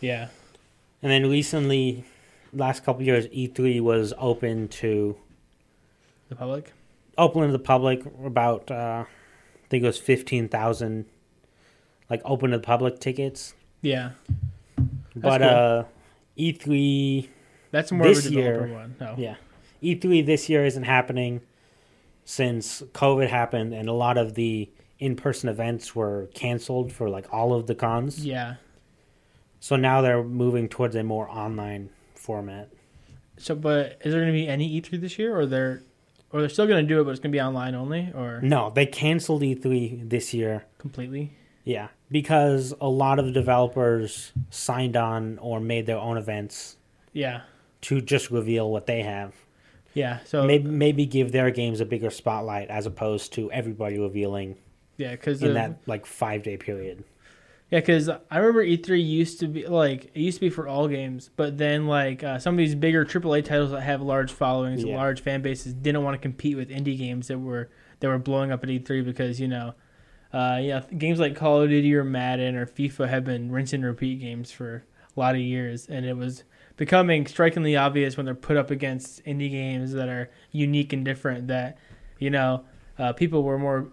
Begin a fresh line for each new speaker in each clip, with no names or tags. Yeah.
And then recently, last couple years, E3 was open to
The public.
open to the public. About uh, I think it was fifteen thousand, like open to the public tickets.
Yeah.
but
cool.
uh, E3,
That's more
This
of a developer
year-
one. No.
yeah, E3 E this year isn't happening since COVID happened, and a lot of the in-person events were canceled for like all of the cons.
Yeah.
So now they're moving towards a more online format.
So, but is there going to be any E3 this year, or they're, or they're still going to do it, but it's going to be online only, or
No, they canceled E3 this year.
completely?
Yeah, because a lot of developers signed on or made their own events
Yeah.
to just reveal what they have.
Yeah. So
Maybe, maybe give their games a bigger spotlight as opposed to everybody revealing
yeah, because
in that like five day period.
Yeah, because I remember E3 used to be like it used to be for all games, but then like uh, some of these bigger AAA titles that have large followings, and
Yeah.
large fan bases, didn't want to compete with indie games that were that were blowing up at E3 because you know, uh, yeah, games like Call of Duty or Madden or FIFA have been rinse and repeat games for a lot of years, and it was becoming strikingly obvious when they're put up against indie games that are unique and different that you know uh, people were more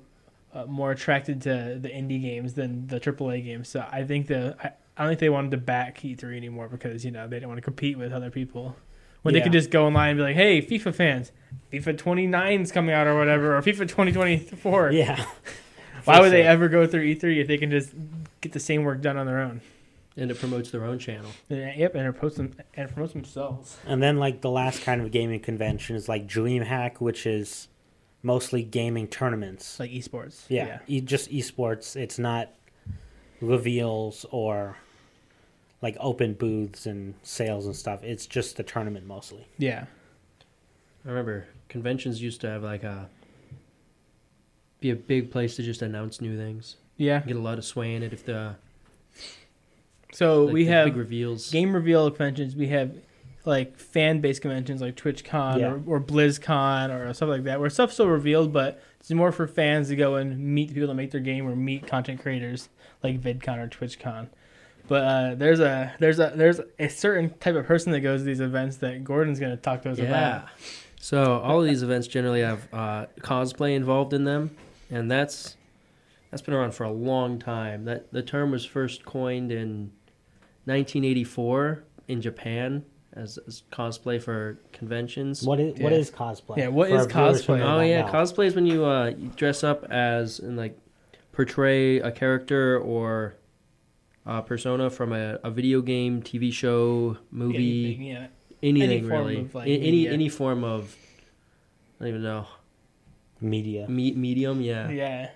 uh, more attracted to the indie games than the AAA games. So I think the I, I don't think they wanted to back E3 anymore because you know they didn't want to compete with other people when they could
Yeah.
just go online and be like, hey, FIFA fans, FIFA 29's coming out or whatever, or FIFA 2024.
Yeah.
Why
For
would they
sure.
ever go through E3 if they can just get the same work done on their own?
and it promotes their own channel.
And, yep, and it promotes them and it promotes themselves.
And then like the last kind of gaming convention is like DreamHack, which is mostly gaming
It's
tournaments.
like esports.
yeah, E- just esports. It's not reveals or like open booths and sales and stuff. It's just the tournament mostly.
Yeah.
I remember conventions used to have like a be a big place to just announce new things.
Yeah.
Get a lot of sway in it if the
So
like
we
the
have
big reveals.
game reveal conventions. We have like fan base conventions like TwitchCon
Yeah.
or, or BlizzCon or stuff like that, where stuff's still revealed, but it's more for fans to go and meet the people that make their game or meet content creators like VidCon or TwitchCon. But uh, there's a there's a there's a certain type of person that goes to these events that Gordon's gonna talk to us
yeah.
about.
So all of these events generally have uh, cosplay involved in them, and that's that's been around for a long time. That the term was first coined in 1984 in Japan as, as cosplay for conventions.
What is what
Yeah.
is cosplay?
Yeah, what
For
is
our viewers who
cosplay?
may
Oh
not
yeah,
know.
cosplay is when you uh, you dress up as and like portray a character or a persona from a, a video game, TV show,
Anything,
movie,
yeah.
anything,
Any form
really,
of, like,
A- any
media.
any form of I don't even know
media.
me- medium, yeah.
Yeah.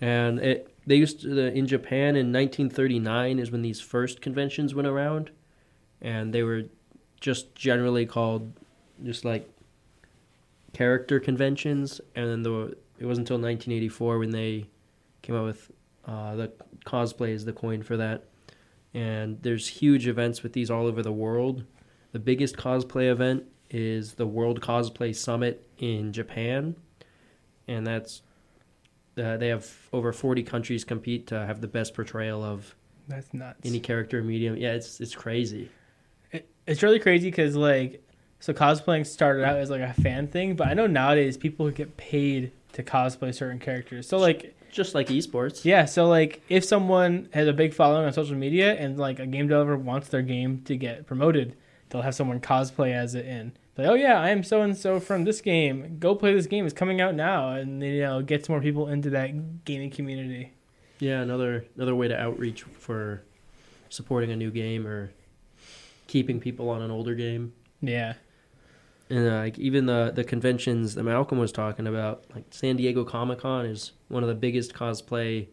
And it they used to the, in Japan in 1939 is when these first conventions went around, and they were just generally called just like character conventions. And then the it wasn't until 1984 when they came up with uh, the cosplay is the coin for that. And there's huge events with these all over the world. The biggest cosplay event is the World Cosplay Summit in Japan, and that's uh, they have over 40 countries compete to have the best portrayal of
That's nuts.
any character or medium. Yeah, it's it's crazy.
It- it's really crazy because like so cosplaying started out as like a fan thing but i know nowadays people get paid to cosplay certain characters so like
Just like esports.
yeah so like if someone has a big following on social media and like a game developer wants their game to get promoted they'll have someone cosplay as it in like oh yeah i am so and so from this game go play this game it's coming out now and you know gets more people into that gaming community
Yeah, another another way to outreach for supporting a new game or keeping people on an older game.
yeah
And uh, like even the the conventions that Malcolm was talking about, like San Diego Comic Con is one of the biggest cosplay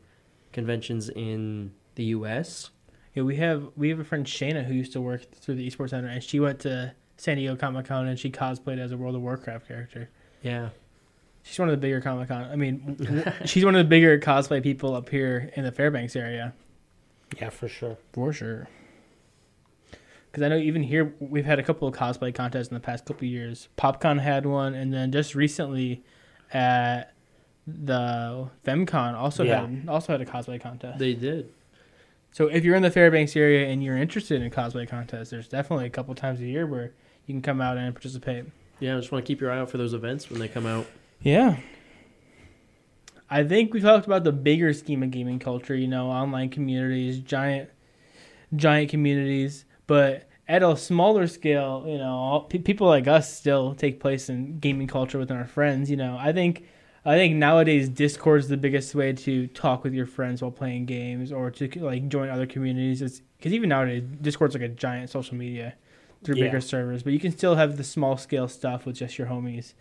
conventions in the U.S.
Yeah, we have we have a friend Shayna who used to work through the esports center, and she went to San Diego Comic Con and she cosplayed as a World of Warcraft character.
Yeah,
She's one of the bigger Comic Con. I mean, she's one of the bigger cosplay people up here in the Fairbanks area
Yeah, for sure.
for sure. Because I know even here we've had a couple of cosplay contests in the past couple of years. PopCon had one, and then just recently at the FemCon also
Yeah.
had also had a cosplay contest.
they did.
So if you're in the Fairbanks area and you're interested in cosplay contests, there's definitely a couple times a year where you can come out and participate.
Yeah, I just want to keep your eye out for those events when they come out.
Yeah. I think we talked about the bigger scheme of gaming culture, you know, online communities, giant giant communities, but at a smaller scale, you know, all, pe- people like us still take place in gaming culture within our friends, you know. I think I think nowadays Discord's the biggest way to talk with your friends while playing games or to like join other communities. It's cuz even nowadays Discord's like a giant social media through
Yeah.
bigger servers, but you can still have the small scale stuff with just your homies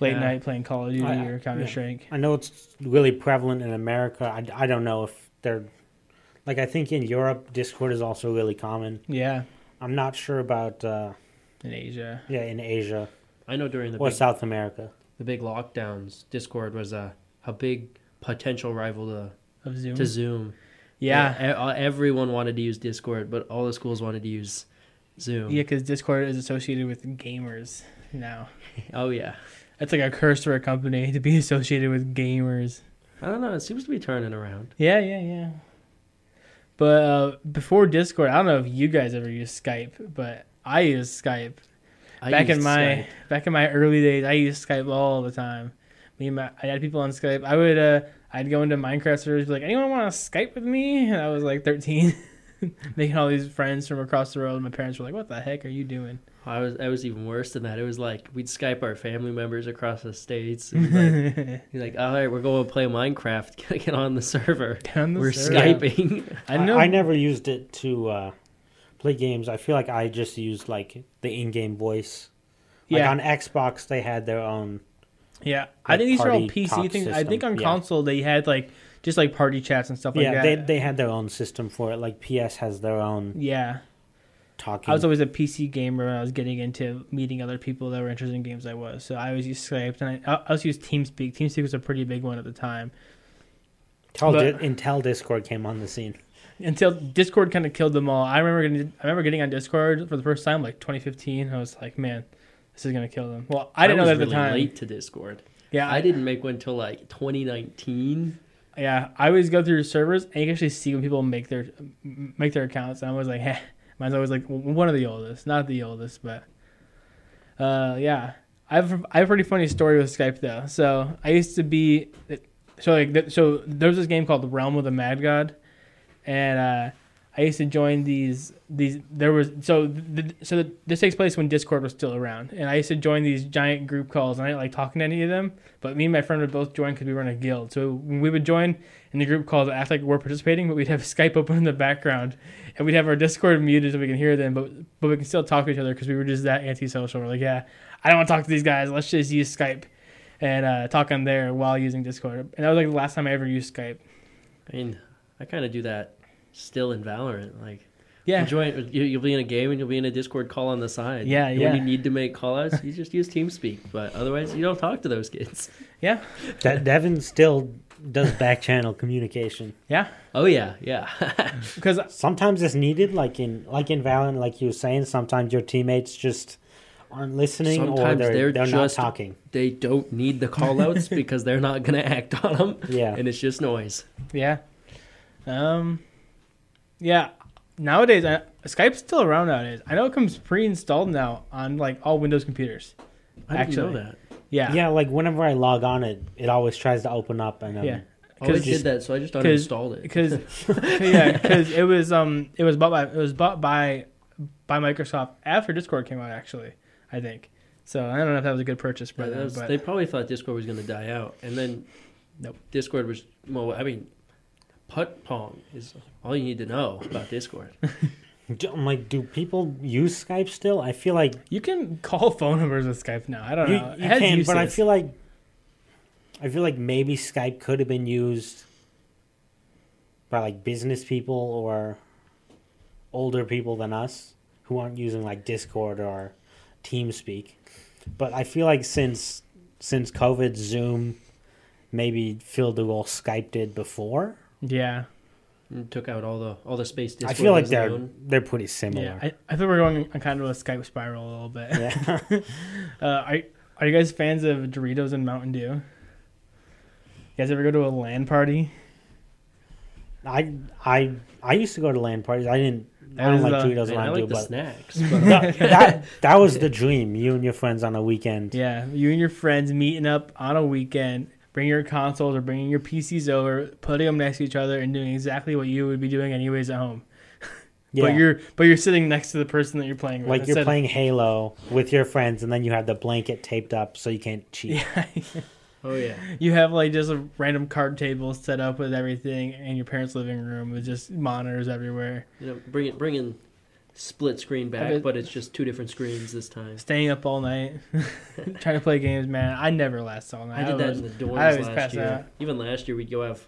late
Yeah.
night playing Call of Duty
I- I-
or Counter
Oh, yeah.
Strike.
I know it's really prevalent in America. I, I don't know if they're like I think in Europe Discord is also really common.
Yeah,
I'm not sure about uh,
in Asia.
yeah in Asia
I know during the
or
big,
South America.
the big lockdowns, Discord was a a big potential rival to
Of Zoom.
to Zoom.
yeah.
e- everyone wanted to use Discord, but all the schools wanted to use Zoom.
Yeah, because Discord is associated with gamers now.
Oh yeah.
That's like a curse for a company to be associated with gamers.
I don't know. It seems to be turning around.
Yeah, yeah, yeah. But uh, before Discord, I don't know if you guys ever used Skype, but I used Skype
I
back in
used
my
Skype.
back in my early days. I used Skype all the time. Me and my, I had people on Skype. I would uh, I'd go into Minecraft servers, be like, anyone want to Skype with me? And I was like 13, making all these friends from across the world. My parents were like, what the heck are you doing?
I was I was even worse than that. It was like we'd Skype our family members across the states. And like, he's like, all right, we're going to play Minecraft. Gotta Get on the server.
Down the
we're
server.
skyping.
I know.
I, never used it to uh, play games. I feel like I just used like the in-game voice. Like
yeah,
on Xbox, they had their own.
yeah. I
like,
think these are all
party
PC
talk
things. I
system,
think on
yeah.
console they had like just like party chats and stuff like
yeah, they
that.
they had their own system for it. Like PS has their own
yeah.
talking.
I was always a PC gamer when I was getting into meeting other people that were interested in games. I was so I always used Skype and I, I also used TeamSpeak. TeamSpeak was a pretty big one at the time
Tell
but-
Di- until Discord came on the scene.
until Discord kind of killed them all. I remember getting, I remember getting on Discord for the first time like 2015. I was like, man, this is gonna kill them. Well, I didn't know
was
that at
really
the time.
Late to Discord.
Yeah,
I didn't make one till like 2019.
Yeah, I always go through servers and you can actually see when people make their m- make their accounts. And I was like, heh, mine's always like w- one of the oldest, not the oldest, but uh, yeah. I've I have a pretty funny story with Skype though. So I used to be so like th- so there's this game called Realm of the Mad God, and uh, I used to join these these there was so th- so this takes place when Discord was still around, and I used to join these giant group calls and I didn't like talking to any of them, but me and my friend would both join because we were in a guild. So when we would join in the group calls, act like we're participating, but we'd have Skype open in the background, and we'd have our Discord muted so we can hear them, but but we can still talk to each other because we were just that antisocial. We're like, yeah, I don't want to talk to these guys. Let's just use Skype and uh, talk on there while using Discord. And that was like the last time I ever used Skype.
I mean, I kind of do that still in Valorant. Like,
Yeah,
enjoy it. You- You'll be in a game and you'll be in a Discord call on the side.
Yeah,
and
yeah.
When you need to make call outs, you just use TeamSpeak. But otherwise, you don't talk to those kids.
yeah,
De- Devin still does back channel communication.
yeah.
Oh yeah, yeah.
Because
Sometimes it's needed, like in like in Valorant, like you were saying. Sometimes your teammates just aren't listening, or
Sometimes
they're
they're
they're,
just-
not talking.
they don't need the call outs because they're not gonna act on them.
Yeah,
And it's just noise.
yeah, um, yeah. Nowadays, I, Skype's still around nowadays. I know it comes pre-installed now on like all Windows computers.
I didn't
Actually,
know that.
Yeah,
yeah. Like whenever I log on, it it always tries to open up, and um,
Yeah.
I always
'Cause-
did that, so I just
'cause-
uninstalled it.
because yeah, 'cause it was um it was bought by it was bought by by Microsoft after Discord came out actually I think so I don't know if that was a good purchase
Yeah,
by
that
them
was-
but
they probably thought Discord was gonna die out, and then
Nope.
Discord was well. I mean, putt pong is all you need to know about Discord.
do- I'm like, do people use Skype still? I feel like
you can call phone numbers with Skype now I don't
you,
know
you
It has
can, but I
Uh, uses.
feel like I feel like maybe Skype could have been used by like business people or older people than us who aren't using like Discord or TeamSpeak. But I feel like since since COVID, Zoom maybe filled the role Skype did before.
yeah
And took out all the all the space.
I
Discord
feel like
was
they're
alone.
they're pretty similar.
yeah I, I think we're going on kind of a Skype spiral a little bit
Yeah.
uh, are are you guys fans of Doritos and Mountain Dew you guys ever go to a LAN party
I I I used to go to land parties. I didn't.
That
I don't
was
like
the-
Doritos
Man,
when
I
I do,
like the
but
snacks.
that, that that was the dream. You and your friends on a weekend.
Yeah, you and your friends meeting up on a weekend, bringing your consoles or bringing your PCs over, putting them next to each other, and doing exactly what you would be doing anyways at home.
Yeah,
But you're but you're sitting next to the person that you're playing with.
like you're
instead-
playing Halo with your friends, and then you have the blanket taped up so you can't cheat.
Yeah,
oh yeah.
you have like just a random card table set up with everything, and your parents' living room with just monitors everywhere.
You know, bring it, bring in split screen back,
bet-
but it's just two different screens this time.
Staying up all night, trying to play games. Man, I never last all night.
I did that in
was
the dorms
I always
last
pass
year.
out.
Even last year, we'd go have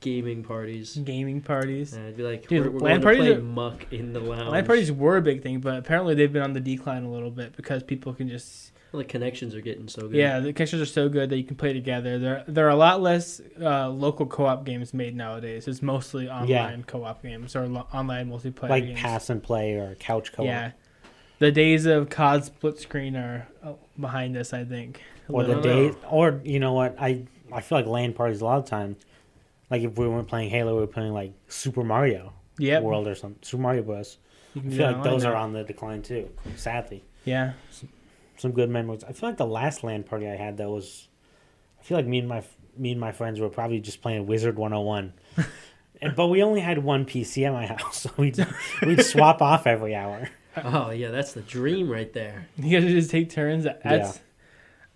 gaming parties.
gaming parties.
And I'd be like,
Mm. Dude,
we're, we're going
LAN
to play
parties are-
muck in the lounge.
Land parties were a big thing, but apparently they've been on the decline a little bit because people can just
Well, the connections are getting so good.
Yeah, the connections are so good that you can play together. There, there are a lot less uh, local co-op games made nowadays. It's mostly online co-op games or lo- online multiplayer
like
games.
pass and play or couch co-op,
Yeah, the days of COD split screen are uh, behind us. I think. A
or the
little.
Literally.
day, or you know what? I I feel like land parties a lot of time. Like if we weren't playing Halo, we were playing like Super Mario
Yep.
World or something. Super Mario Bros.
you
I
can
feel
get
like
online
those
now.
are on the decline too. Sadly,
Yeah,
some good memories. I feel like the last land party I had though was, I feel like me and my me and my friends were probably just playing Wizard One Hundred One. And, but we only had one PC at my house, so we'd, we'd swap off every hour.
Oh, yeah, that's the dream right there.
you guys just take turns. That's.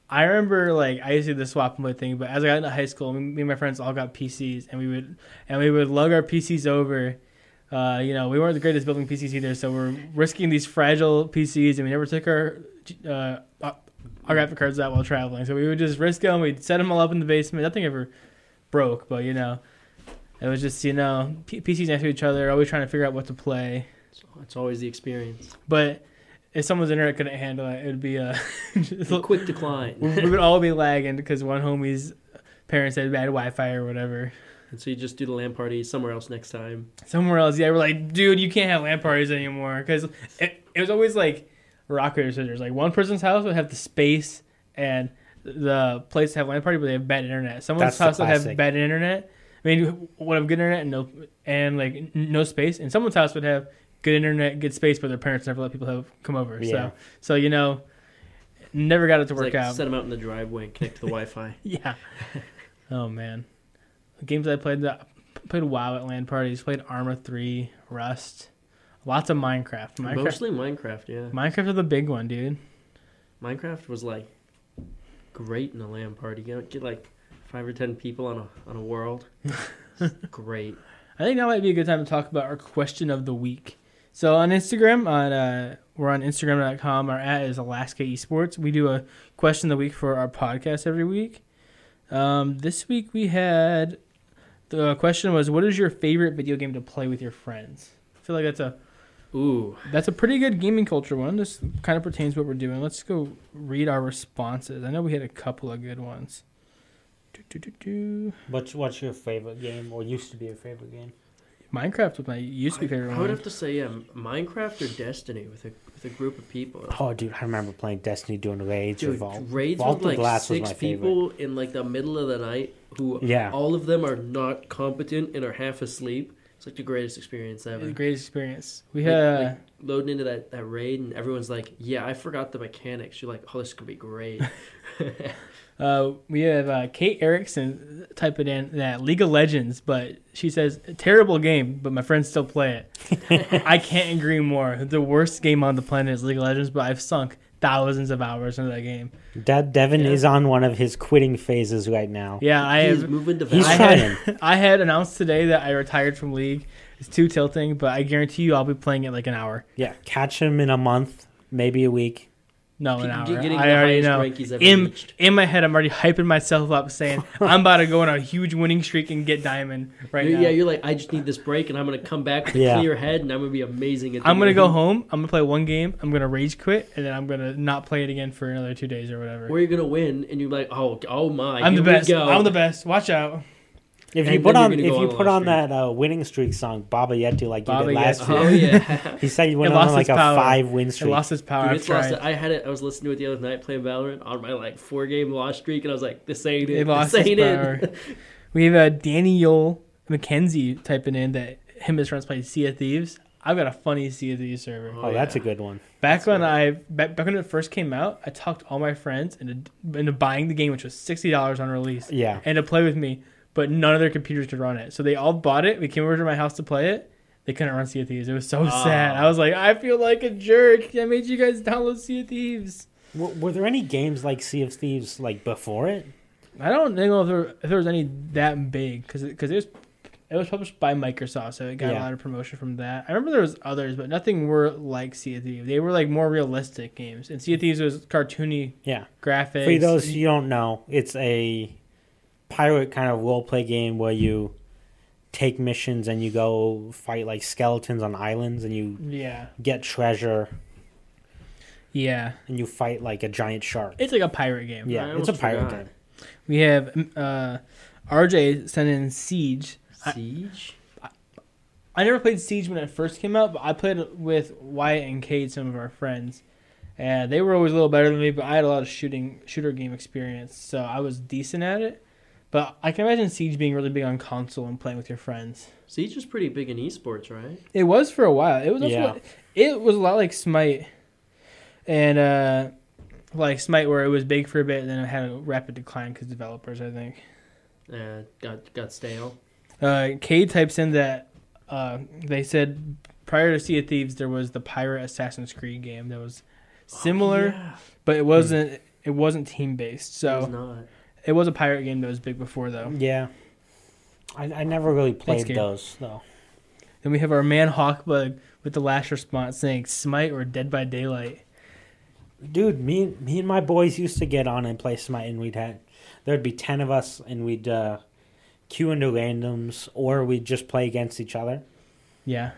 I remember like I used to do the swap and play thing, but as I got into high school, me and my friends all got PCs, and we would and we would lug our PCs over. Uh, you know, we weren't the greatest building PCs either, so we're risking these fragile PCs, and we never took our uh, our graphic cards out while traveling. So we would just risk them. We'd set them all up in the basement. Nothing ever broke, but you know, it was just you know P- PCs next to each other, always trying to figure out what to play.
It's, it's always the experience.
But if someone's internet couldn't handle it, it would be a
The quick decline.
we we would all be lagging because one homie's parents had bad Wi-Fi or whatever.
and so you just do the LAN party somewhere else next time.
Somewhere else, yeah, we're like, dude, you can't have LAN parties anymore because it, it was always like rock paper scissors. Like one person's house would have the space and the place to have LAN party, but they have bad internet. Someone's
That's the
house would have
classic.
bad internet. I mean, would have good internet and no and like n- no space, and someone's house would have good internet, good space, but their parents never let people have come over.
Yeah.
So, so you know, never got it to
It's
work
like
out.
set them out in the driveway and connect to the Wi Fi.
Yeah. oh man, games I played that played WoW at LAN parties. Played Arma three, Rust, lots of Minecraft. Minecraft,
Mostly Minecraft, yeah.
Minecraft is the big one, dude.
Minecraft was like great in a LAN party. You know, get like five or ten people on a on a world. It's great.
I think that might be a good time to talk about our question of the week. So on Instagram, on uh, we're on Instagram.com. Our at is Alaska Esports. We do a question of the week for our podcast every week. Um, this week we had the question was, "What is your favorite video game to play with your friends?" I feel like that's a
Ooh,
That's a pretty good gaming culture one. This kind of pertains to what we're doing. Let's go read our responses. I know we had a couple of good ones. Do, do, do, do.
What's what's your favorite game or used to be your favorite game?
Minecraft was my used to be
I,
favorite
I
one.
would have to say yeah, Minecraft or Destiny with a with a group of people.
Oh, dude, I remember playing Destiny doing raids or
Dude,
Vault.
raids
Vault
with
of
like
Glass was
six
my
people in like the middle of the night who
Yeah.
all of them are not competent and are half asleep. It's like the greatest experience
It
ever.
was the greatest experience. We
Like-
had
like loading into that, that raid and everyone's like, Yeah, I forgot the mechanics. You're like, Oh, this could be great.
uh, we have uh, Kate Erickson type it in that League of Legends, but she says terrible game, but my friends still play it. I can't agree more. The worst game on the planet is League of Legends, but I've sunk thousands of hours into that game.
Dad Devin
Yeah.
is on one of his quitting phases right now.
Yeah, I
He's
have
moving to
He's
I
Valorant.
trying.
Had, I had announced today that I retired from league. It's too tilting, but I guarantee you I'll be playing it like an hour.
Yeah, catch him in a month, maybe a week.
No, an
Get-
hour.
getting
I
the
already
highest
know.
rank he's ever
In,
reached.
in my head, I'm already hyping myself up, saying I'm about to go on a huge winning streak and get diamond right
You're-
now.
Yeah, you're like, I just need this break, and I'm gonna come back with a
Yeah.
clear head, and I'm gonna be amazing at. the
I'm gonna go
game."
home. I'm gonna play one game. I'm gonna rage quit, and then I'm gonna not play it again for another two days or whatever.
Or you're gonna win, and you're like, oh, oh my,
I'm the
here we
best.
go."
I'm the best. Watch out.
If
And
you
then
put
you're
on
gonna
if
go on
you
a
put
loss
on that uh, winning streak song Baba Yetu like
Baba
you did last
Yetu.
year,
Oh yeah.
he said you went
It
on
lost
like
its
a
power.
five win
It
streak.
lost its power.
Dude,
I've
it's lost.
tried.
I had it. I was listening to it the other night playing Valorant on my like four game loss streak, and I was like, "This ain't it.
It lost
this
its
ain't
power.
it."
We have uh, Danny Yole Mackenzie typing in that him and his friends played Sea of Thieves. I've got a funny Sea of Thieves server.
Oh, that's a good one.
Back
That's
when
right.
I back, back when it first came out, I talked all my friends into into buying the game, which was sixty dollars on release,
Yeah.
and to play with me. But none of their computers could run it, so they all bought it. We came over to my house to play it. They couldn't run Sea of Thieves. It was so
Ah.
sad. I was like, I feel like a jerk. I made you guys download Sea of Thieves.
W- were there any games like Sea of Thieves like before it?
I don't know if there, if there was any that big because because it was it was published by Microsoft, so it got a
Yeah.
lot of promotion from that. I remember there was others, but nothing were like Sea of Thieves. They were like more realistic games, and Sea of Thieves was cartoony
Yeah.
graphics.
For those you don't know, it's a pirate kind of role play game where you take missions and you go fight like skeletons on islands and you
yeah,
get treasure
yeah.
and you fight like a giant shark.
It's like a pirate game.
yeah,
I
it's a
almost
pirate
forgot.
game.
We have uh, RJ sent in Siege. I-
Siege.
I never played Siege when it first came out, but I played it with Wyatt and Cade, some of our friends, and they were always a little better than me. But I had a lot of shooting shooter game experience, so I was decent at it. But I can imagine Siege being really big on console and playing with your friends.
Siege is pretty big in esports, right?
It was for a while. It was also,
Yeah.
it was a lot like Smite, and uh, like Smite, where it was big for a bit, and then it had a rapid decline because developers, I think.
Uh, got got stale.
Uh, Cade types in that uh, they said prior to Sea of Thieves there was the pirate Assassin's Creed game that was similar,
Oh, Yeah,
but it wasn't it wasn't team based.
it was
So
not.
it was a pirate game that was big before though.
Yeah. I, I never really played
Gabe.
those though.
Then we have our man Hawkbug with the last response saying Smite or Dead by Daylight.
Dude, me and me and my boys used to get on and play Smite, and we'd had there'd be ten of us, and we'd uh, queue into randoms, or we'd just play against each other,
Yeah,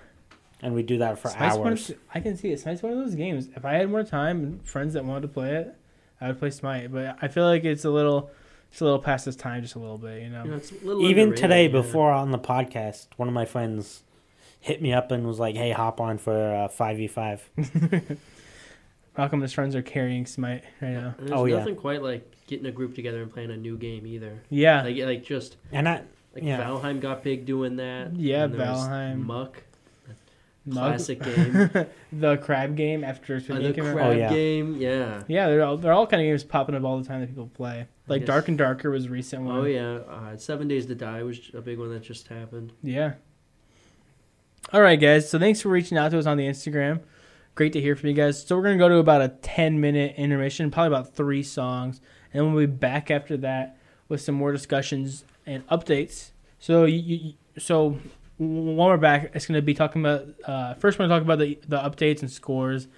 and we'd do that for
Smite's one of-
hours.
I can see it. Smite's one of those games. If I had more time and friends that wanted to play it, I would play Smite. But I feel like it's a little it's a little past its time, just a little bit. You know.
You know, it's a little
Even
underrated,
today,
yeah.
before on the podcast, one of my friends hit me up and was like, "Hey, hop on for uh, five v five."
Malcolm and his friends are carrying Smite right now.
And There's
Oh, yeah.
nothing quite like getting a group together and playing a new game either.
Yeah.
Like like just
And I,
like
Yeah.
Valheim got big doing that.
Yeah,
and there was
Valheim.
Muck,
Mug-
classic game.
the crab game after it's
Uh, the
came out.
crab
Oh, yeah.
game, yeah.
Yeah, they're all they're all kind of games popping up all the time that people play. Like
guess-
Dark and Darker was a recent one.
Oh yeah, uh, Seven Days to Die was a big one that just happened.
Yeah. All right, guys. So thanks for reaching out to us on the Instagram. Great to hear from you guys. So we're gonna go to about a ten minute intermission, probably about three songs, and we'll be back after that with some more discussions and updates. So you, you so when we're back, it's gonna be talking about uh, first we're gonna talk about the the updates and scores.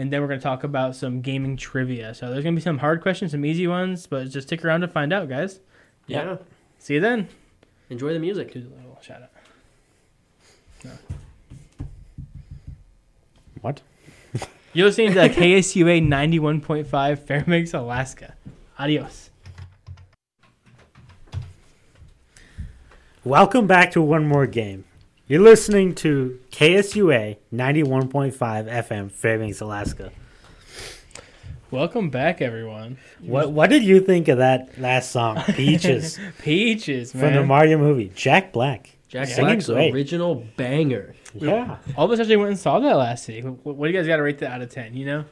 And then we're going to talk about some gaming trivia. So there's going to be some hard questions, some easy ones, but just stick around to find out, guys.
Yeah.
Yeah,
See you then.
enjoy the music.
Do a little shout out.
what?
You're listening to KSUA 91.5 Fairbanks, Alaska. Adios.
Welcome back to one more game. You're listening to KSUA ninety one point five FM, Fairbanks, Alaska.
Welcome back, everyone.
What What did you think of that last song, "Peaches"
Peaches,
from the
man.
Mario movie? Jack Black.
Jack
Singing
Black's
great.
original banger.
Yeah,
All of us actually went and saw that last week. Wh- What do you guys got to rate that out of 10? You know?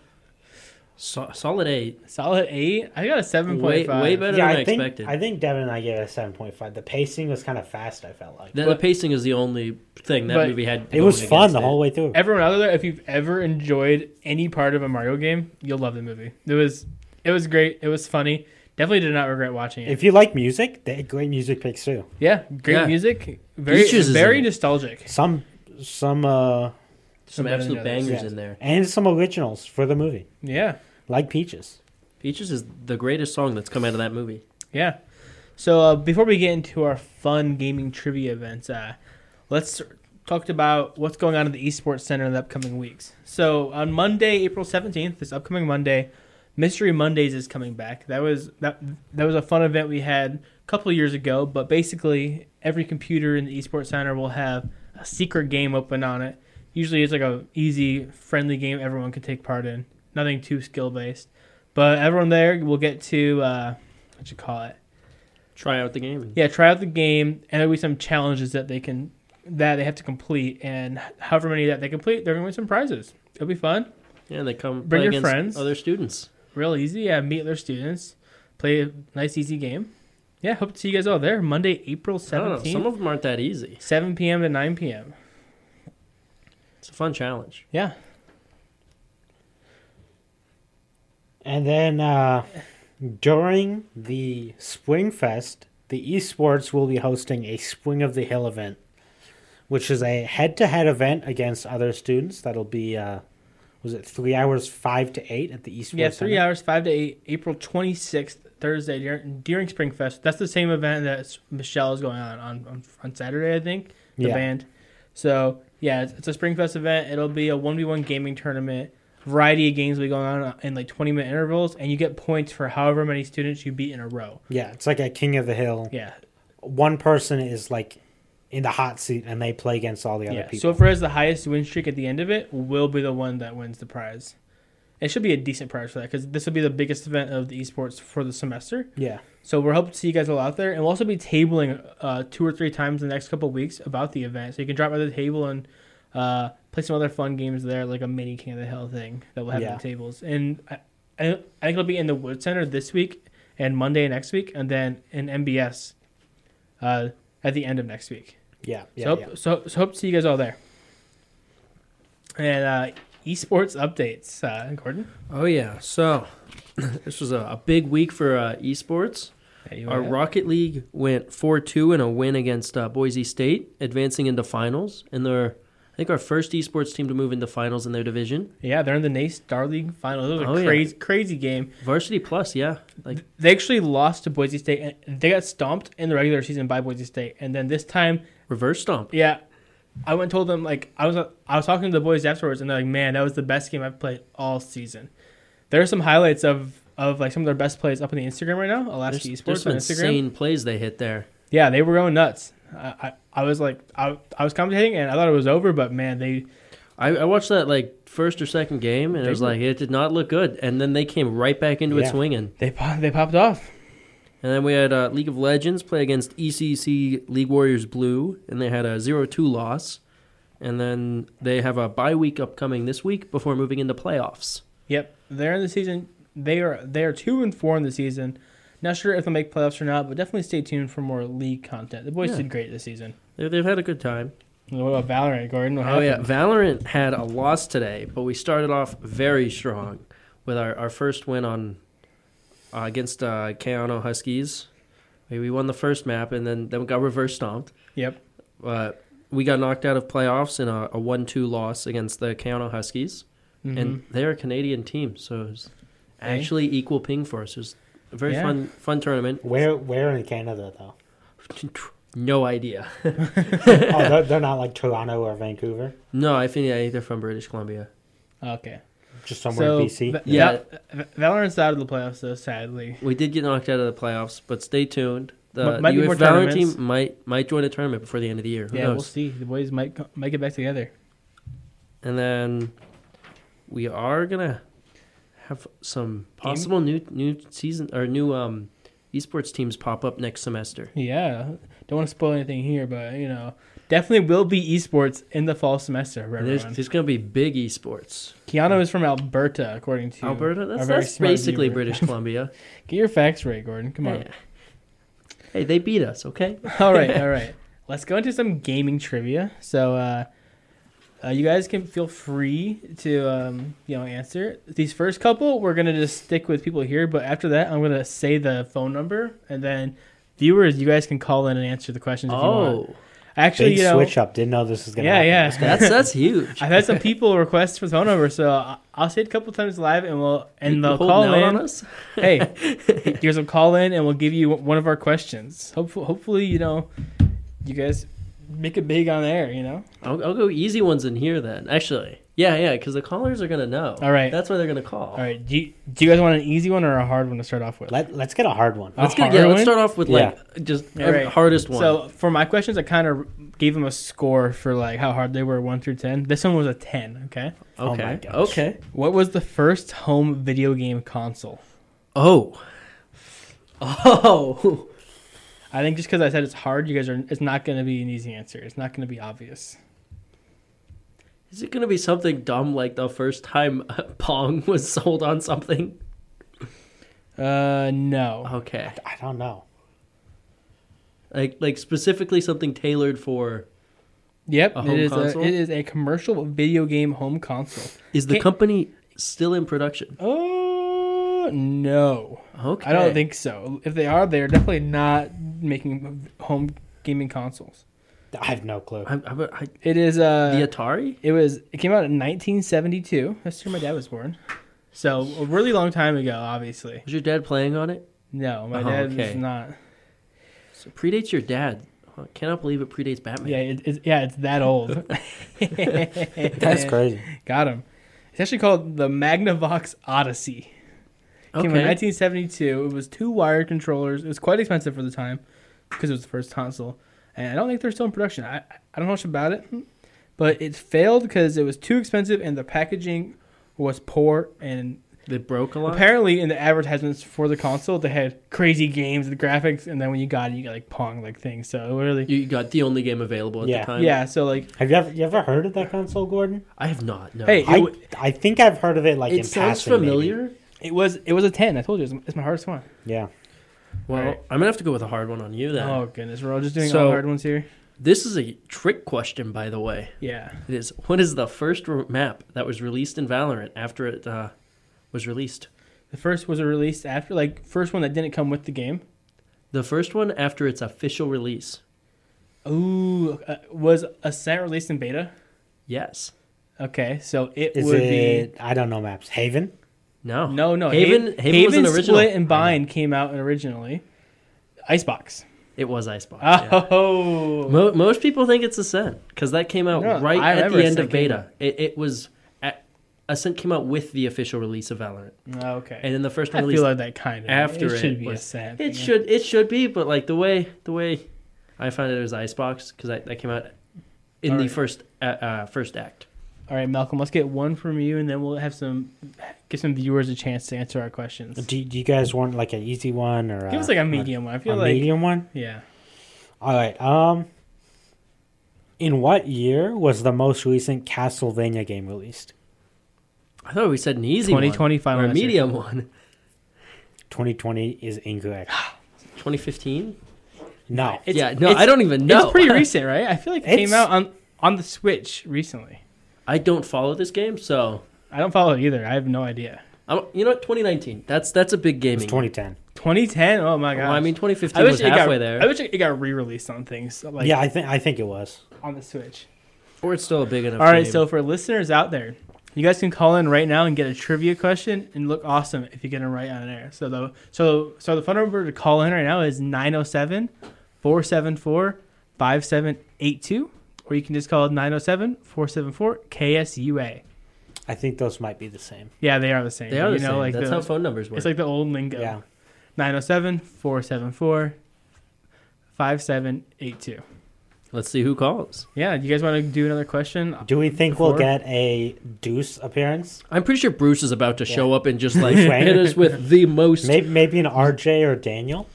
So- solid eight.
Solid 8? I got a 7.5.
Way, way better
yeah.
than
I,
I,
think
expected.
I think Devin and I gave it a seven point five. The pacing was kind of fast. I felt like
the, the
but-
pacing is the only thing that
but-
movie had.
it was
going
fun
against
the
it.
whole way through.
Everyone out there, if you've ever enjoyed any part of a Mario game, you'll love the movie. It was, it was great. It was funny. Definitely did not regret watching it.
If you like music, they had great music picks too.
yeah, great
Yeah.
music. Very,
Peaches is
very
in it.
nostalgic.
Some, some, uh,
Some
Better than
absolute
others.
bangers
Yeah.
in there.
and some originals for the movie,
Yeah.
like Peaches.
Peaches is the greatest song that's come out of that movie.
Yeah. So uh, before we get into our fun gaming trivia events, uh, let's talk about what's going on at the Esports Center in the upcoming weeks. So on Monday, April seventeenth, this upcoming Monday, Mystery Mondays is coming back. That was that that was a fun event we had a couple years ago. But basically, every computer in the Esports Center will have a secret game open on it. Usually, it's like a easy, friendly game everyone can take part in. Nothing too skill based. But everyone there will get to uh, what you call it
Try out the game.
yeah, try out the game, and there'll be some challenges that they can that they have to complete, and however many that they complete, they're gonna win some prizes. It'll be fun,
Yeah, they come
Bring
play
your
against
friends.
other students.
real easy. Yeah, meet their students, play a nice easy game. Yeah, hope to see you guys all there Monday, April
I don't know. Some
seventeenth,
of them aren't that easy.
seven p.m. to nine p.m.
It's a fun challenge.
Yeah,
And then uh, during the Spring Fest, the esports will be hosting a Spring of the Hill event, which is a head-to-head event against other students. That'll be uh, was it three hours five to eight at the esports.
yeah, three
Center?
hours, five to eight, April twenty sixth, Thursday during, during Spring Fest. That's the same event that Michelle is going on on on, on Saturday, I think. the
Yeah.
band. So yeah, it's, it's a Springfest event. It'll be a one v one gaming tournament. Variety of games will be going on in like twenty minute intervals, and you get points for however many students you beat in a row.
Yeah, it's like a King of the Hill.
Yeah,
One person is like in the hot seat, and they play against all the other
yeah. So
people.
whoever has the highest win streak at the end of it will be the one that wins the prize. It should be a decent prize for that because this will be the biggest event of the esports for the semester.
yeah,
So we're hoping to see you guys all out there, and we'll also be tabling uh, two or three times in the next couple of weeks about the event. So you can drop by the table and uh, play some other fun games there, like a mini King of the Hill thing that we'll have on
Yeah.
the tables. And I, I I think it'll be in the Wood Center this week and Monday next week, and then in MBS uh, at the end of next week.
yeah, yeah.
so, hope,
yeah.
so so hope to see you guys all there. And uh, esports updates, uh, Gordon.
Oh yeah. So this was a, a big week for uh, esports.
Hey, you
Our
wanna-
Rocket League went 4-2 in a win against uh, Boise State, advancing into finals. And they're, I think, our first esports team to move into finals in their division.
yeah, they're in the NACE Star League finals. It was
Oh,
a
yeah.
crazy crazy game.
Varsity Plus, yeah. Like
They actually lost to Boise State. and They got stomped in the regular season by Boise State, and then this time,
reverse stomp.
yeah, I went and told them like I was I was talking to the boys afterwards, and they're like, "Man, that was the best game I've played all season." There are some highlights of of like some of their best plays up on the Instagram right now.
There's,
Alaska
there's
Esports
some
on Instagram.
insane plays they hit there.
Yeah, they were going nuts. I, I, I was like I, I was commentating and I thought it was over, but man, they
I, I watched that like first or second game, and it
They
was
were-
like it did not look good. And then they came right back into it
Yeah.
swinging.
they pop, they popped off.
And then we had uh, League of Legends play against ECC League Warriors Blue, and they had a 0-2 loss. And then they have a bye week upcoming this week before moving into playoffs.
Yep, they're in the season. They are they are two and four in the season. Not sure if they'll make playoffs or not, but definitely stay tuned for more league content. The boys
Yeah.
did great this season.
They- They've had a good time.
And What about Valorant, Gordon? What
Oh yeah,
happened?
Valorant had a loss today, but we started off very strong with our, our first win on uh, against uh, Keanu Huskies. We, we won the first map, and then then we got reverse stomped.
Yep.
But we got knocked out of playoffs in a, a one-two loss against the Keanu Huskies,
And
and they're a Canadian team, so it was
Mm-hmm. Eh?
actually equal ping for us. It was a very
Yeah.
fun fun tournament.
Where where in Canada though?
No idea.
oh, they're, they're not like Toronto or Vancouver.
No, I think I think they're from British Columbia.
okay,
Just somewhere
so
in BC.
Va-
Yeah.
Va- Valorant's out of the playoffs though, sadly.
We did get knocked out of the playoffs, but stay tuned. The,
M- might
the
be more
UF Valorant
tournaments.
team might might join a tournament before the end of the year. Who
yeah, we'll
knows?
see. The boys might co- might get back together.
and then we are gonna have some possible new new season or new um esports teams pop up next semester.
Yeah, don't want to spoil anything here, but you know, definitely will be esports in the fall semester. For
And there's,
everyone.
there's gonna be big esports.
Keanu is from Alberta, according to
Alberta,
our
that's,
very
that's
smart
basically
viewer.
British Columbia.
Get your facts right, Gordon. Come on.
hey, hey, they beat us. Okay.
all right, all right. Let's go into some gaming trivia. So, uh, uh, you guys can feel free to, um, you know, answer these first couple. We're gonna just stick with people here, but after that, I'm gonna say the phone number, and then viewers, you guys can call in and answer the questions if you want.
Oh,
Actually,
Big
you know,
switch up. Didn't know this was gonna.
yeah,
happen.
yeah.
that's that's huge.
I've had some people request for the phone number, so I- I'll say it a couple times live, and we'll and they'll
Holding
call
out
in.
on us.
hey, here's a call in, and we'll give you one of our questions. Hopefully, hopefully, you know, you guys make it big on air. You know.
I'll, I'll go easy ones in here then. Actually, yeah, yeah, because the callers are gonna know.
All right.
that's why they're gonna call.
All right. Do you, do you guys want an easy one or a hard one to start off with?
Let, let's get a hard one.
Uh,
Let's get,
hard
yeah,
one?
let's start off with like just
All
every-
right.
hardest one.
So for my questions, I kind of gave them a score for like how hard they were, one through ten. This one was a ten. Okay.
oh my
okay,
gosh.
okay.
What was the first home video game console?
Oh, oh,
I think just because I said it's hard, you guys are. It's not going to be an easy answer. It's not going to be obvious.
Is it gonna be something dumb like the first time Pong was sold on something?
Uh, no.
Okay,
I don't know.
like like specifically something tailored for.
Yep.
A
it
home
is. A,
console?
it is a commercial video game home console.
Is the
Can't-
company still in production?
Oh no.
Okay,
I don't think so. If they are, they're definitely not making home gaming consoles.
I have no clue.
I, I, I,
It is uh
the Atari.
it was it came out in 1972. That's the year my dad was born. So a really long time ago, obviously.
Was your dad playing on it?
No, my
Oh,
dad was
okay.
not.
So it predates your dad. I cannot believe it predates Batman.
Yeah, it, it's yeah, it's that old.
That's crazy.
Got him. It's actually called the Magnavox Odyssey. It Came out in
okay.
1972. It was two wired controllers. It was quite expensive for the time because it was the first console. And I don't think they're still in production. I, I don't know much about it, but it failed because it was too expensive and the packaging was poor. And
They broke a lot.
apparently, in the advertisements for the console, they had crazy games and graphics. And then when you got it, you got like Pong like things. So it really,
you got the only game available at
Yeah.
the time.
yeah. So like,
Have you ever you ever heard of that console, Gordon?
I have not. No.
Hey,
I,
w-
I think I've heard of it like in
it sounds
passing. maybe.
familiar.
it was it was a ten. I told you, it's, it's my hardest one.
Yeah.
Well,
Alright.
I'm gonna have to go with a hard one on you then.
Oh goodness, we're all just doing all
So-
hard ones here.
This is a trick question, by the way.
Yeah.
It is. What is the first re- map that was released in Valorant after it uh, was released?
The first was released after, like, first one that didn't come with the game.
The first one after its official release.
Ooh, uh, was Ascent released in beta?
Yes.
Okay, so it
Is
would
it? I don't know maps. Haven.
No.
be no, no.
Haven. Haven, was an original.
Split and Bind came out originally. Icebox.
It was Icebox. yeah.
Oh,
Mo- most people think it's Ascent because that came out
No,
right
I
at
remember
the end
Ascent
of beta. It, it was at, Ascent came out with the official release of Valorant,
okay.
and then the first
I
one released.
feel like that kind of
after
it should
it
be
was-
Ascent.
it
yeah.
should it should be, but like the way the way I found it was Icebox because that, that came out in the
Alright.
first uh, uh, first act.
All right, Malcolm. Let's get one from you, and then we'll have some give some viewers a chance to answer our questions.
Do, do you guys want like an easy one or
Give
a,
us like uh, a
or
medium one. I
A
feel like
medium one.
yeah.
All right. Um. In what year was the most recent Castlevania game released?
I thought we said an easy one.
2020 final
or a
answer.
medium one.
2020 is incorrect.
2015.
No.
It's-
yeah, no,
it's-
I don't even know.
It's pretty recent, right? I feel like it came
It's-
out on on the Switch recently.
I don't follow this game, so
I don't follow it either. I have no idea.
I'm, you know what? 2019. That's that's a big
It's
gaming.
2010.
2010. Oh my god.
Well, I mean, 2015 was
it
halfway
got,
there,
I wish it got re-released on things like
yeah, I think I think it was.
on the Switch.
or it's still a big enough.
All right,
game.
so for listeners out there, you guys can call in right now and get a trivia question and look awesome if you get them right on air. So the so so the phone number to call in right now is 907 474 5782 or you can just call 907 474 KSUA.
I think those might be the same.
Yeah, they are the same.
they are
you
the
know
same.
like
that's
the,
how phone numbers work.
It's like the old lingo.
Yeah.
907 474 5782.
Let's see who calls.
Yeah, you guys want to do another question?
Do we think we'll
Before?
get a Deuce appearance?
I'm pretty sure Bruce is about to show up and just like
Right?
hit us with the most.
Maybe maybe an RJ or Daniel,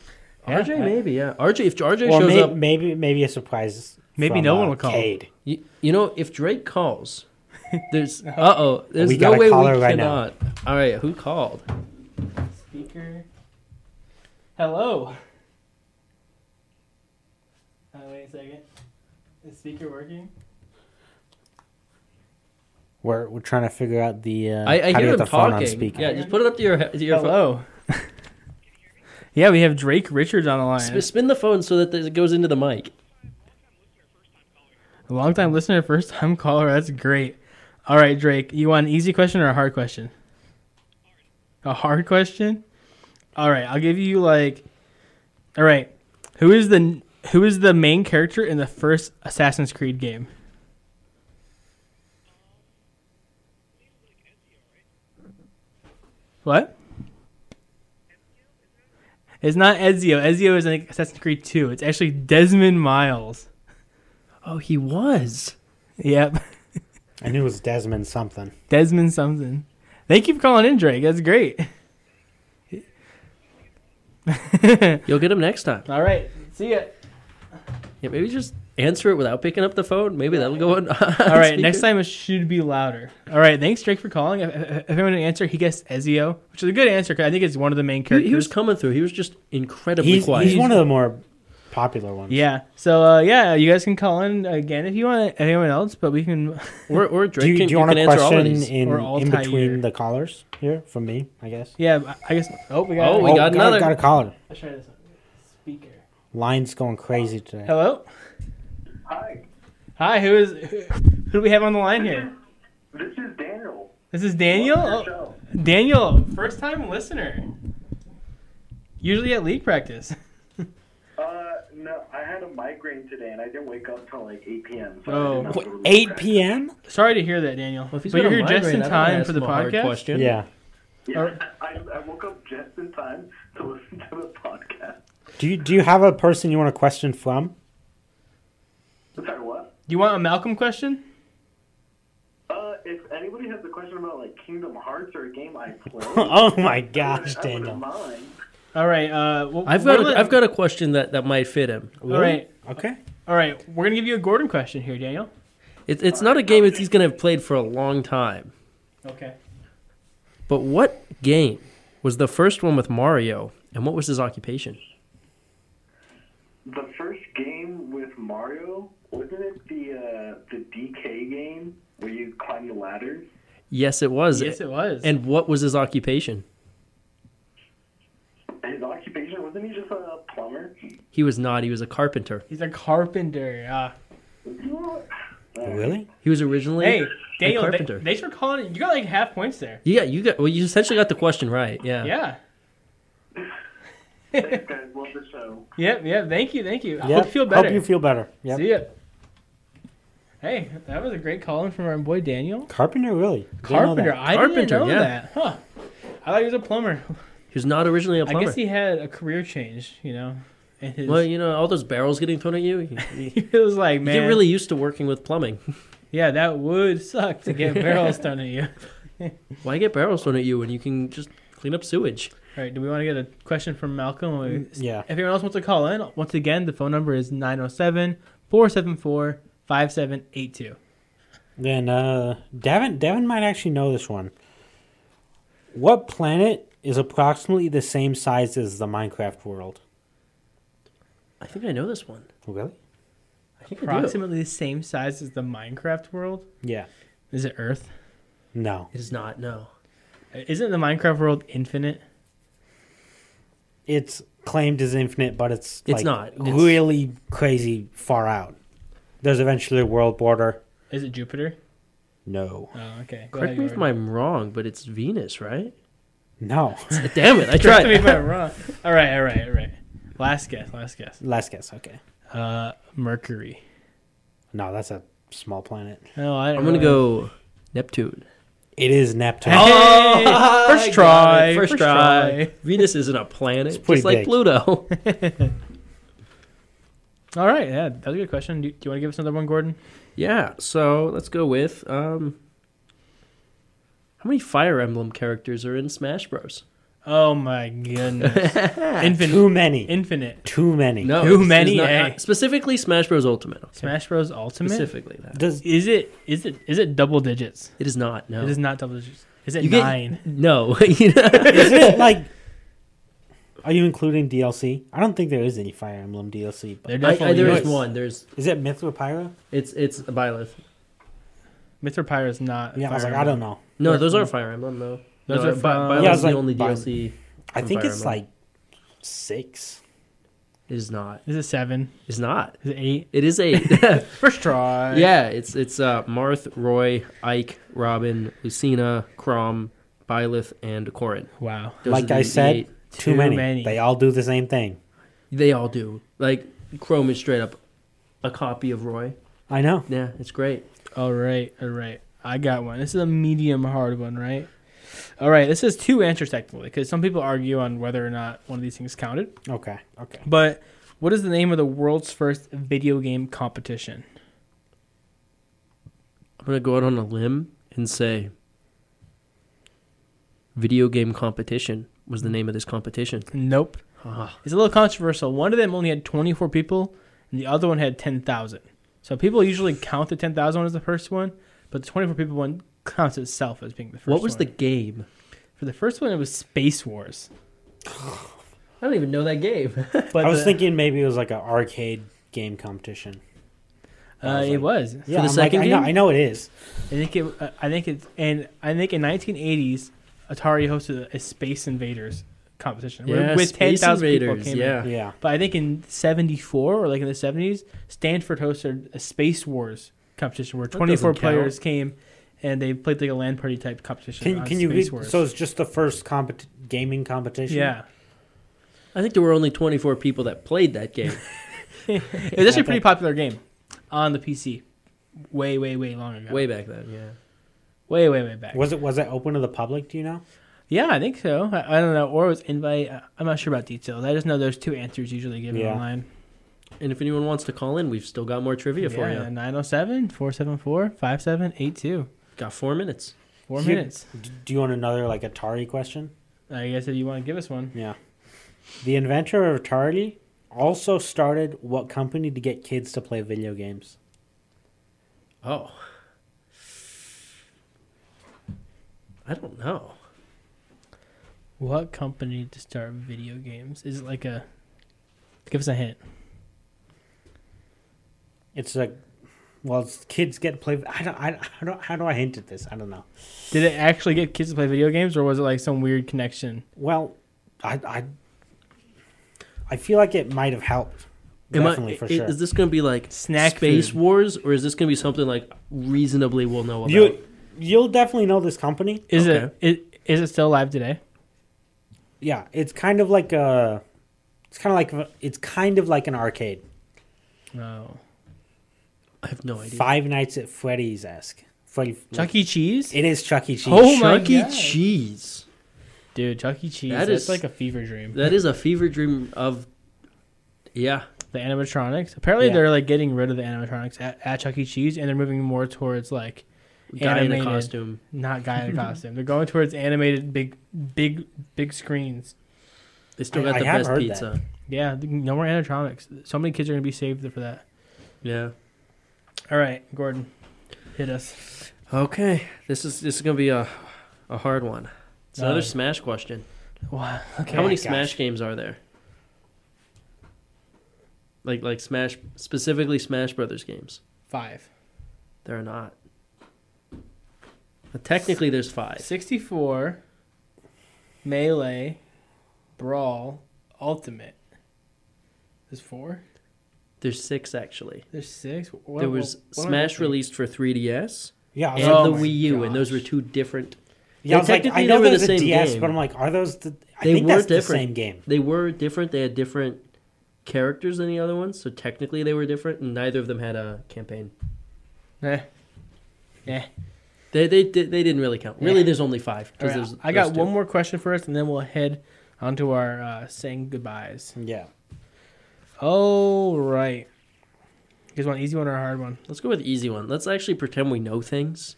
RJ,
Yeah.
maybe yeah. RJ, if RJ
or
shows
may,
up,
maybe maybe a surprise.
Maybe
from,
no
uh,
one will call.
Cade.
you, you know, if Drake calls, there's uh oh, there's
We
no
gotta
way
call
we
her right now.
cannot. All right, who called?
Speaker. Hello. Uh, wait a second. Is speaker working?
We're we're trying to figure out the uh,
I, I
how to
hear
get
him
the phone on
talking.
speaker.
Yeah, just put it up to your to your phone.
Hello. yeah, we have Drake Richards on the line.
Sp- spin the phone so that it goes into the mic.
A long time listener, first time caller. That's great. All right, Drake, you want an easy question or a hard question? A hard question? All right, I'll give you like All right. Who is the who is the main character in the first Assassin's Creed game? What? It's not Ezio. Ezio is in Assassin's Creed 2. It's actually Desmond Miles.
Oh, he was.
Yep.
I knew it was Desmond something.
Desmond something. They keep calling in Drake. That's great.
You'll get him next time.
All right. See ya.
Yeah, maybe just answer it without picking up the phone. Maybe that'll go on.
All right, next time it should be louder. All right, thanks Drake for calling. If, if if anyone didn't answer, he guessed Ezio, which is a good answer 'cause I think it's one of the main
He,
characters.
he was coming through. He was just incredibly
He's,
quiet.
he's one of the more popular ones.
yeah. So uh, yeah, you guys can call in again if you want. Anyone else, but we can.
or, or
Do
Drake
you,
can,
do you want
can
a
answer all of
question
these.
in,
Or all
in
tie year.
between the callers here from me, I guess?
Yeah, I- I guess. Oh, we got.
Oh, we
oh,
got another.
Got a caller.
Let's try this one. Speaker.
Line's going crazy today.
Hello.
Hi,
Hi. Who is? Who, who do we have on the line here?
this is Daniel.
This is Daniel.
Love
Oh,
your show.
Daniel, first time listener. Usually at league practice.
Uh, no, I had a migraine today and I didn't wake up till like 8 p.m. So
Oh.
I did not
What,
go to
8
work.
p.m.?
Sorry to hear that, Daniel.
Well, if he's
but
got
you're
a
here just
migraine,
in
I don't wanna
time
ask
for the
him a hard
podcast.
Question.
Yeah.
Yeah, I, I woke up just in time to listen to the podcast.
Do you, do you have a person you want a question from?
Sorry, what?
Do you want a Malcolm question?
Uh, if anybody has a question about like Kingdom Hearts or a game I play,
oh my
I
gosh,
wouldn't- I wouldn't
Daniel.
mind.
All right. Uh, well,
I've
we're
got
gonna-
a, I've got a question that, that might fit him.
All right.
Okay.
All right. We're gonna give you a Gordon question here, Daniel.
It, it's not a game that he's going to have played for a long time.
Okay.
But what game was the first one with Mario, and what was his occupation?
The first game with Mario wasn't it the uh, the DK game where you climb the ladders?
Yes, it was.
Yes, it was.
And what was his occupation?
His occupation wasn't he just a plumber?
He was not. He was a carpenter.
he's a carpenter. Ah.
Really?
He was originally.
hey, Daniel. They,
carpenter.
thanks for calling. in. You got like half points there.
Yeah, you got. Well, you essentially got the question right. Yeah.
Yeah.
Thanks, guys. Love the show.
Yep. Yep. Thank you. Thank you. I
Yeah.
hope you feel better.
Hope you feel better. Yep.
See ya. Hey, that was a great call in from our boy Daniel.
Carpenter, really? Didn't know
Carpenter.
that.
I didn't
Carpenter,
know
yeah.
that. Huh. I thought he was a plumber.
He was not originally a plumber.
I guess he had a career change, you know. And his,
well, you know, all those barrels getting thrown at you. You, you
he was like, man,
get really used to working with plumbing.
yeah, that would suck to get barrels thrown at you. All
Why get barrels thrown at you when you can just clean up sewage?
right, do we want to get a question from Malcolm? We-
Mm,
Yeah.
If anyone else wants to call in, once again, the phone number is 907 474 5782.
Then uh, Devin, Devin might actually know this one. What planet is approximately the same size as the Minecraft world?
I think I know this one.
Really?
I think I do.
Approximately the same size as the Minecraft world.
Yeah.
Is it Earth?
No.
It is not. No.
Isn't the Minecraft world infinite?
It's claimed as infinite, but it's
It's
like,
not. It's-
really crazy far out. There's eventually a world border.
Is it Jupiter?
No.
Oh, okay. Go
Correct
ahead,
me if
Jordan.
I'm wrong, but it's Venus, right?
No.
Damn it! I
Correct me if
tried.
I'm wrong. All right, all right, all right. Last guess, last guess.
Last guess. Okay.
Uh, Mercury.
No, that's a small planet.
No, I
I'm gonna go Neptune.
It is Neptune.
Hey,
I got
first
it.
try,
First,
first
try.
try.
Venus isn't a planet,
pretty
just like
big.
Pluto.
All right, yeah, that was a good question. Do, do you want to give us another one, Gordon?
yeah. So let's go with um. How many Fire Emblem characters are in Smash Bros?
Oh my goodness, infinite,
Too many.
infinite.
Too many.
No,
Too
it's- it's
many,
not-
eh?
specifically Smash Bros Ultimate. okay?
Smash Bros. Ultimate.
Specifically that.
Does
Is it? Is it? Is it double digits?
It is not. No.
It is not double digits. Is it
You get-
nine?
No. You know?
is it like? Are you including DLC? I don't think there is any Fire Emblem DLC. But
There
I, I,
definitely
there is
is.
one. There's
is it Myth or Pyra?
it's it's a Byleth.
Mr. Pyre is not.
Yeah, I was
Fire
like, I
Emblem.
don't know.
No,
Where's
those
one?
are Fire Emblem though.
Those
no,
are
Bi-
from-
Byleth's
Yeah, I was
the
like,
only
Bi-
DLC.
I
from
think
Fire
it's
Emblem.
like six.
It is not.
Is it seven?
It's not.
Is it eight?
It is a
First try.
yeah. It's it's uh, Marth, Roy, Ike, Robin, Lucina, Crom, Byleth, and Corin.
Wow.
Those are
like
the-
I
the
said,
eight.
too,
Too
many.
many.
They all do the same thing.
they all do. Like Chrome is straight up a copy of Roy.
I know.
Yeah, it's great.
All right, all right. I got one. This is a medium hard one, right? All right. This is two answers technically, because some people argue on whether or not one of these things counted.
Okay. Okay.
But what is the name of the world's first video game competition?
I'm gonna go out on a limb and say, video game competition was the name of this competition.
Nope.
Ah.
It's a little controversial. One of them only had 24 people, and the other one had 10,000. So people usually count the 10,000 one as the first one, but the 24 people one counts itself as being the first.
what was the
one.
game?
for the first one? It was Space Wars.
I don't even know that game.
But
I was
the-
thinking maybe it was like an arcade game competition. I
uh,
was
it
like-
was.
Yeah,
the
I'm like,
second
I know,
game?
I know it is.
I think it. uh, I think it's and I think in 1980s, Atari hosted a, a Space Invaders competition where-
Yeah,
with
Space
10,000 people
Invaders,
came in.
yeah.
Yeah.
But I think in '74 or like in the '70s, Stanford hosted a Space Wars competition where
That
24
doesn't count.
players came and they played like a land party type competition.
Can,
on
can you
Space
read?
Wars.
So it's just the first compet- gaming competition.
yeah,
I think there were only 24 people that played that game.
it was actually a pretty popular game on the PC. Way, way, way long ago.
Way back then, yeah.
way, way, way back.
Was it was it open to the public? Do you know?
Yeah, I think so. I, I don't know, or it was invite. I- I'm not sure about details. I just know there's two answers usually given
Yeah.
online.
And if anyone wants to call in, we've still got more trivia for
Yeah,
you.
907 474 5782.
Got four minutes.
Four
You-
minutes.
D- Do you want another like Atari question?
I guess if you want to give us one.
Yeah. The inventor of Atari also started what company to get kids to play video games?
Oh. I don't know.
What company to start video games? Is it like a. Give us a hint.
It's like, well, it's kids get to play. I don't. I, I don't. How do I hint at this? I don't know.
Did it actually get kids to play video games, or was it like some weird connection?
Well, I. I, I feel like it might have helped.
Am I-
Definitely for
i-
sure.
Is this going to be like
Snack
Space
food.
Wars, or is this going to be something like reasonably we'll know about?
you you'll definitely know this company.
Is
Okay.
it, it is it still alive today?
Yeah, it's kind of like a. It's kind of like a- it's kind of like an arcade.
No.
I have no idea.
Five Nights at Freddy's esque. Freddy.
Chuck E. Cheese,
It is Chuck E. Cheese.
Oh my
Chuck E.
God.
Cheese.
dude. Chuck E. Cheese.
That
that's
is-
like a fever dream.
That is a fever dream of. Yeah.
the animatronics. Apparently,
Yeah.
they're like getting rid of the animatronics at, at Chuck E. Cheese, and they're moving more towards like
Guy in
Animated.
a costume.
not guy in a costume. They're going towards animated big, big, big screens.
They still
I-
got
I
the
have
best
heard
pizza.
Yeah, th- no more animatronics. So many kids are gonna be saved for that.
Yeah.
All right, Gordon, hit us.
Okay. This is this is gonna be a a hard one. It's another
Alright.
Smash question.
Wow. Okay.
How many
gosh.
Smash games are there? Like like Smash specifically Smash Brothers games.
Five.
There are not. But technically, there's five.
Sixty-four. Melee, brawl, ultimate. There's four.
There's six actually.
There's six. What-
There was
what am I
Smash
missing?
released for 3DS
Yeah, I was
and
Oh
the
like-
my
Wii U, and those were
gosh.
two different.
Yeah, I was like,
technically
I
they
know
were the
there's a
same
DS,
game.
but I'm like, are those the? I
They
think
were
that's the
different.
same game.
They were different. They had different characters than the other ones, so technically they were different, and neither of them had a campaign.
Eh.
They they di- they didn't really count. Really,
Yeah.
there's only five. 'cause
All right,
there's-
Eh. I got
there's two.
one more question for us, and then we'll head onto our uh, saying goodbyes.
Yeah.
All right. You guys want an easy one or a hard one?
Let's go with the easy one. Let's actually pretend we know things.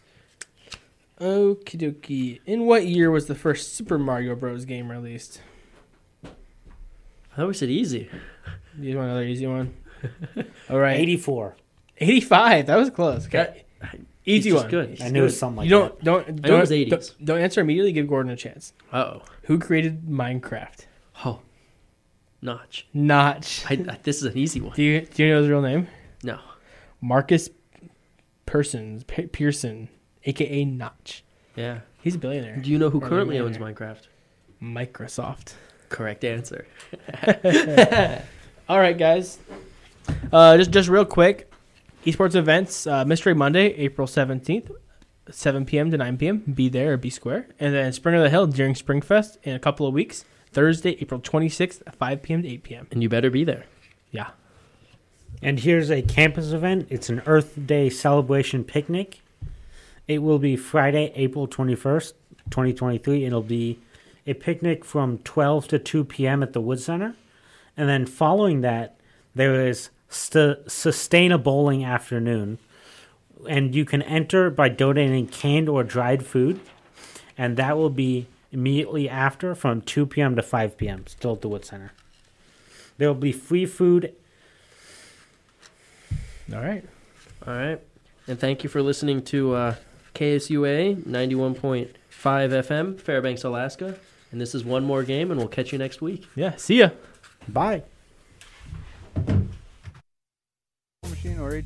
Okie dokie. In what year was the first Super Mario Bros. game released?
I thought we said easy.
You guys want another easy one? All right.
84.
85. That was close. Okay.
That-
easy
He's
one.
just good.
I knew it was something like
you don't, don't, don't,
I know it was 80s.
don't, don't answer immediately. Give Gordon a chance.
Oh,
Who created Minecraft?
oh, notch.
Notch.
I, I- this is an easy one.
Do you, do you know his real name?
No,
Marcus Persons, Pe- Pearson, aka Notch.
yeah.
He's a billionaire.
Do you know who
Or
currently owns
millionaire.
Minecraft?
Microsoft.
Correct answer.
All right, guys. Uh, just just real quick, esports events uh, Mystery Monday, April seventeenth, seven p.m. to nine p.m. Be there or be square, and then Spring of the Hill during Springfest in a couple of weeks. Thursday, April twenty sixth, five p.m. to eight p.m.
And you better be there.
Yeah,
And here's a campus event. It's an Earth Day celebration picnic. It will be Friday, April 21st, 2023. It'll be a picnic from 12 to 2 p.m. at the Wood Center. And then following that, there is st- Sustainable Bowling Afternoon. And you can enter by donating canned or dried food. And that will be immediately after from 2 p.m. to 5 p.m., still at the Wood Center. There will be free food.
All right.
All right. And thank you for listening to uh, KSUA 91.5 FM, Fairbanks, Alaska. And this is one more game, and we'll catch you next week.
Yeah. See ya.
Bye.
machine or AT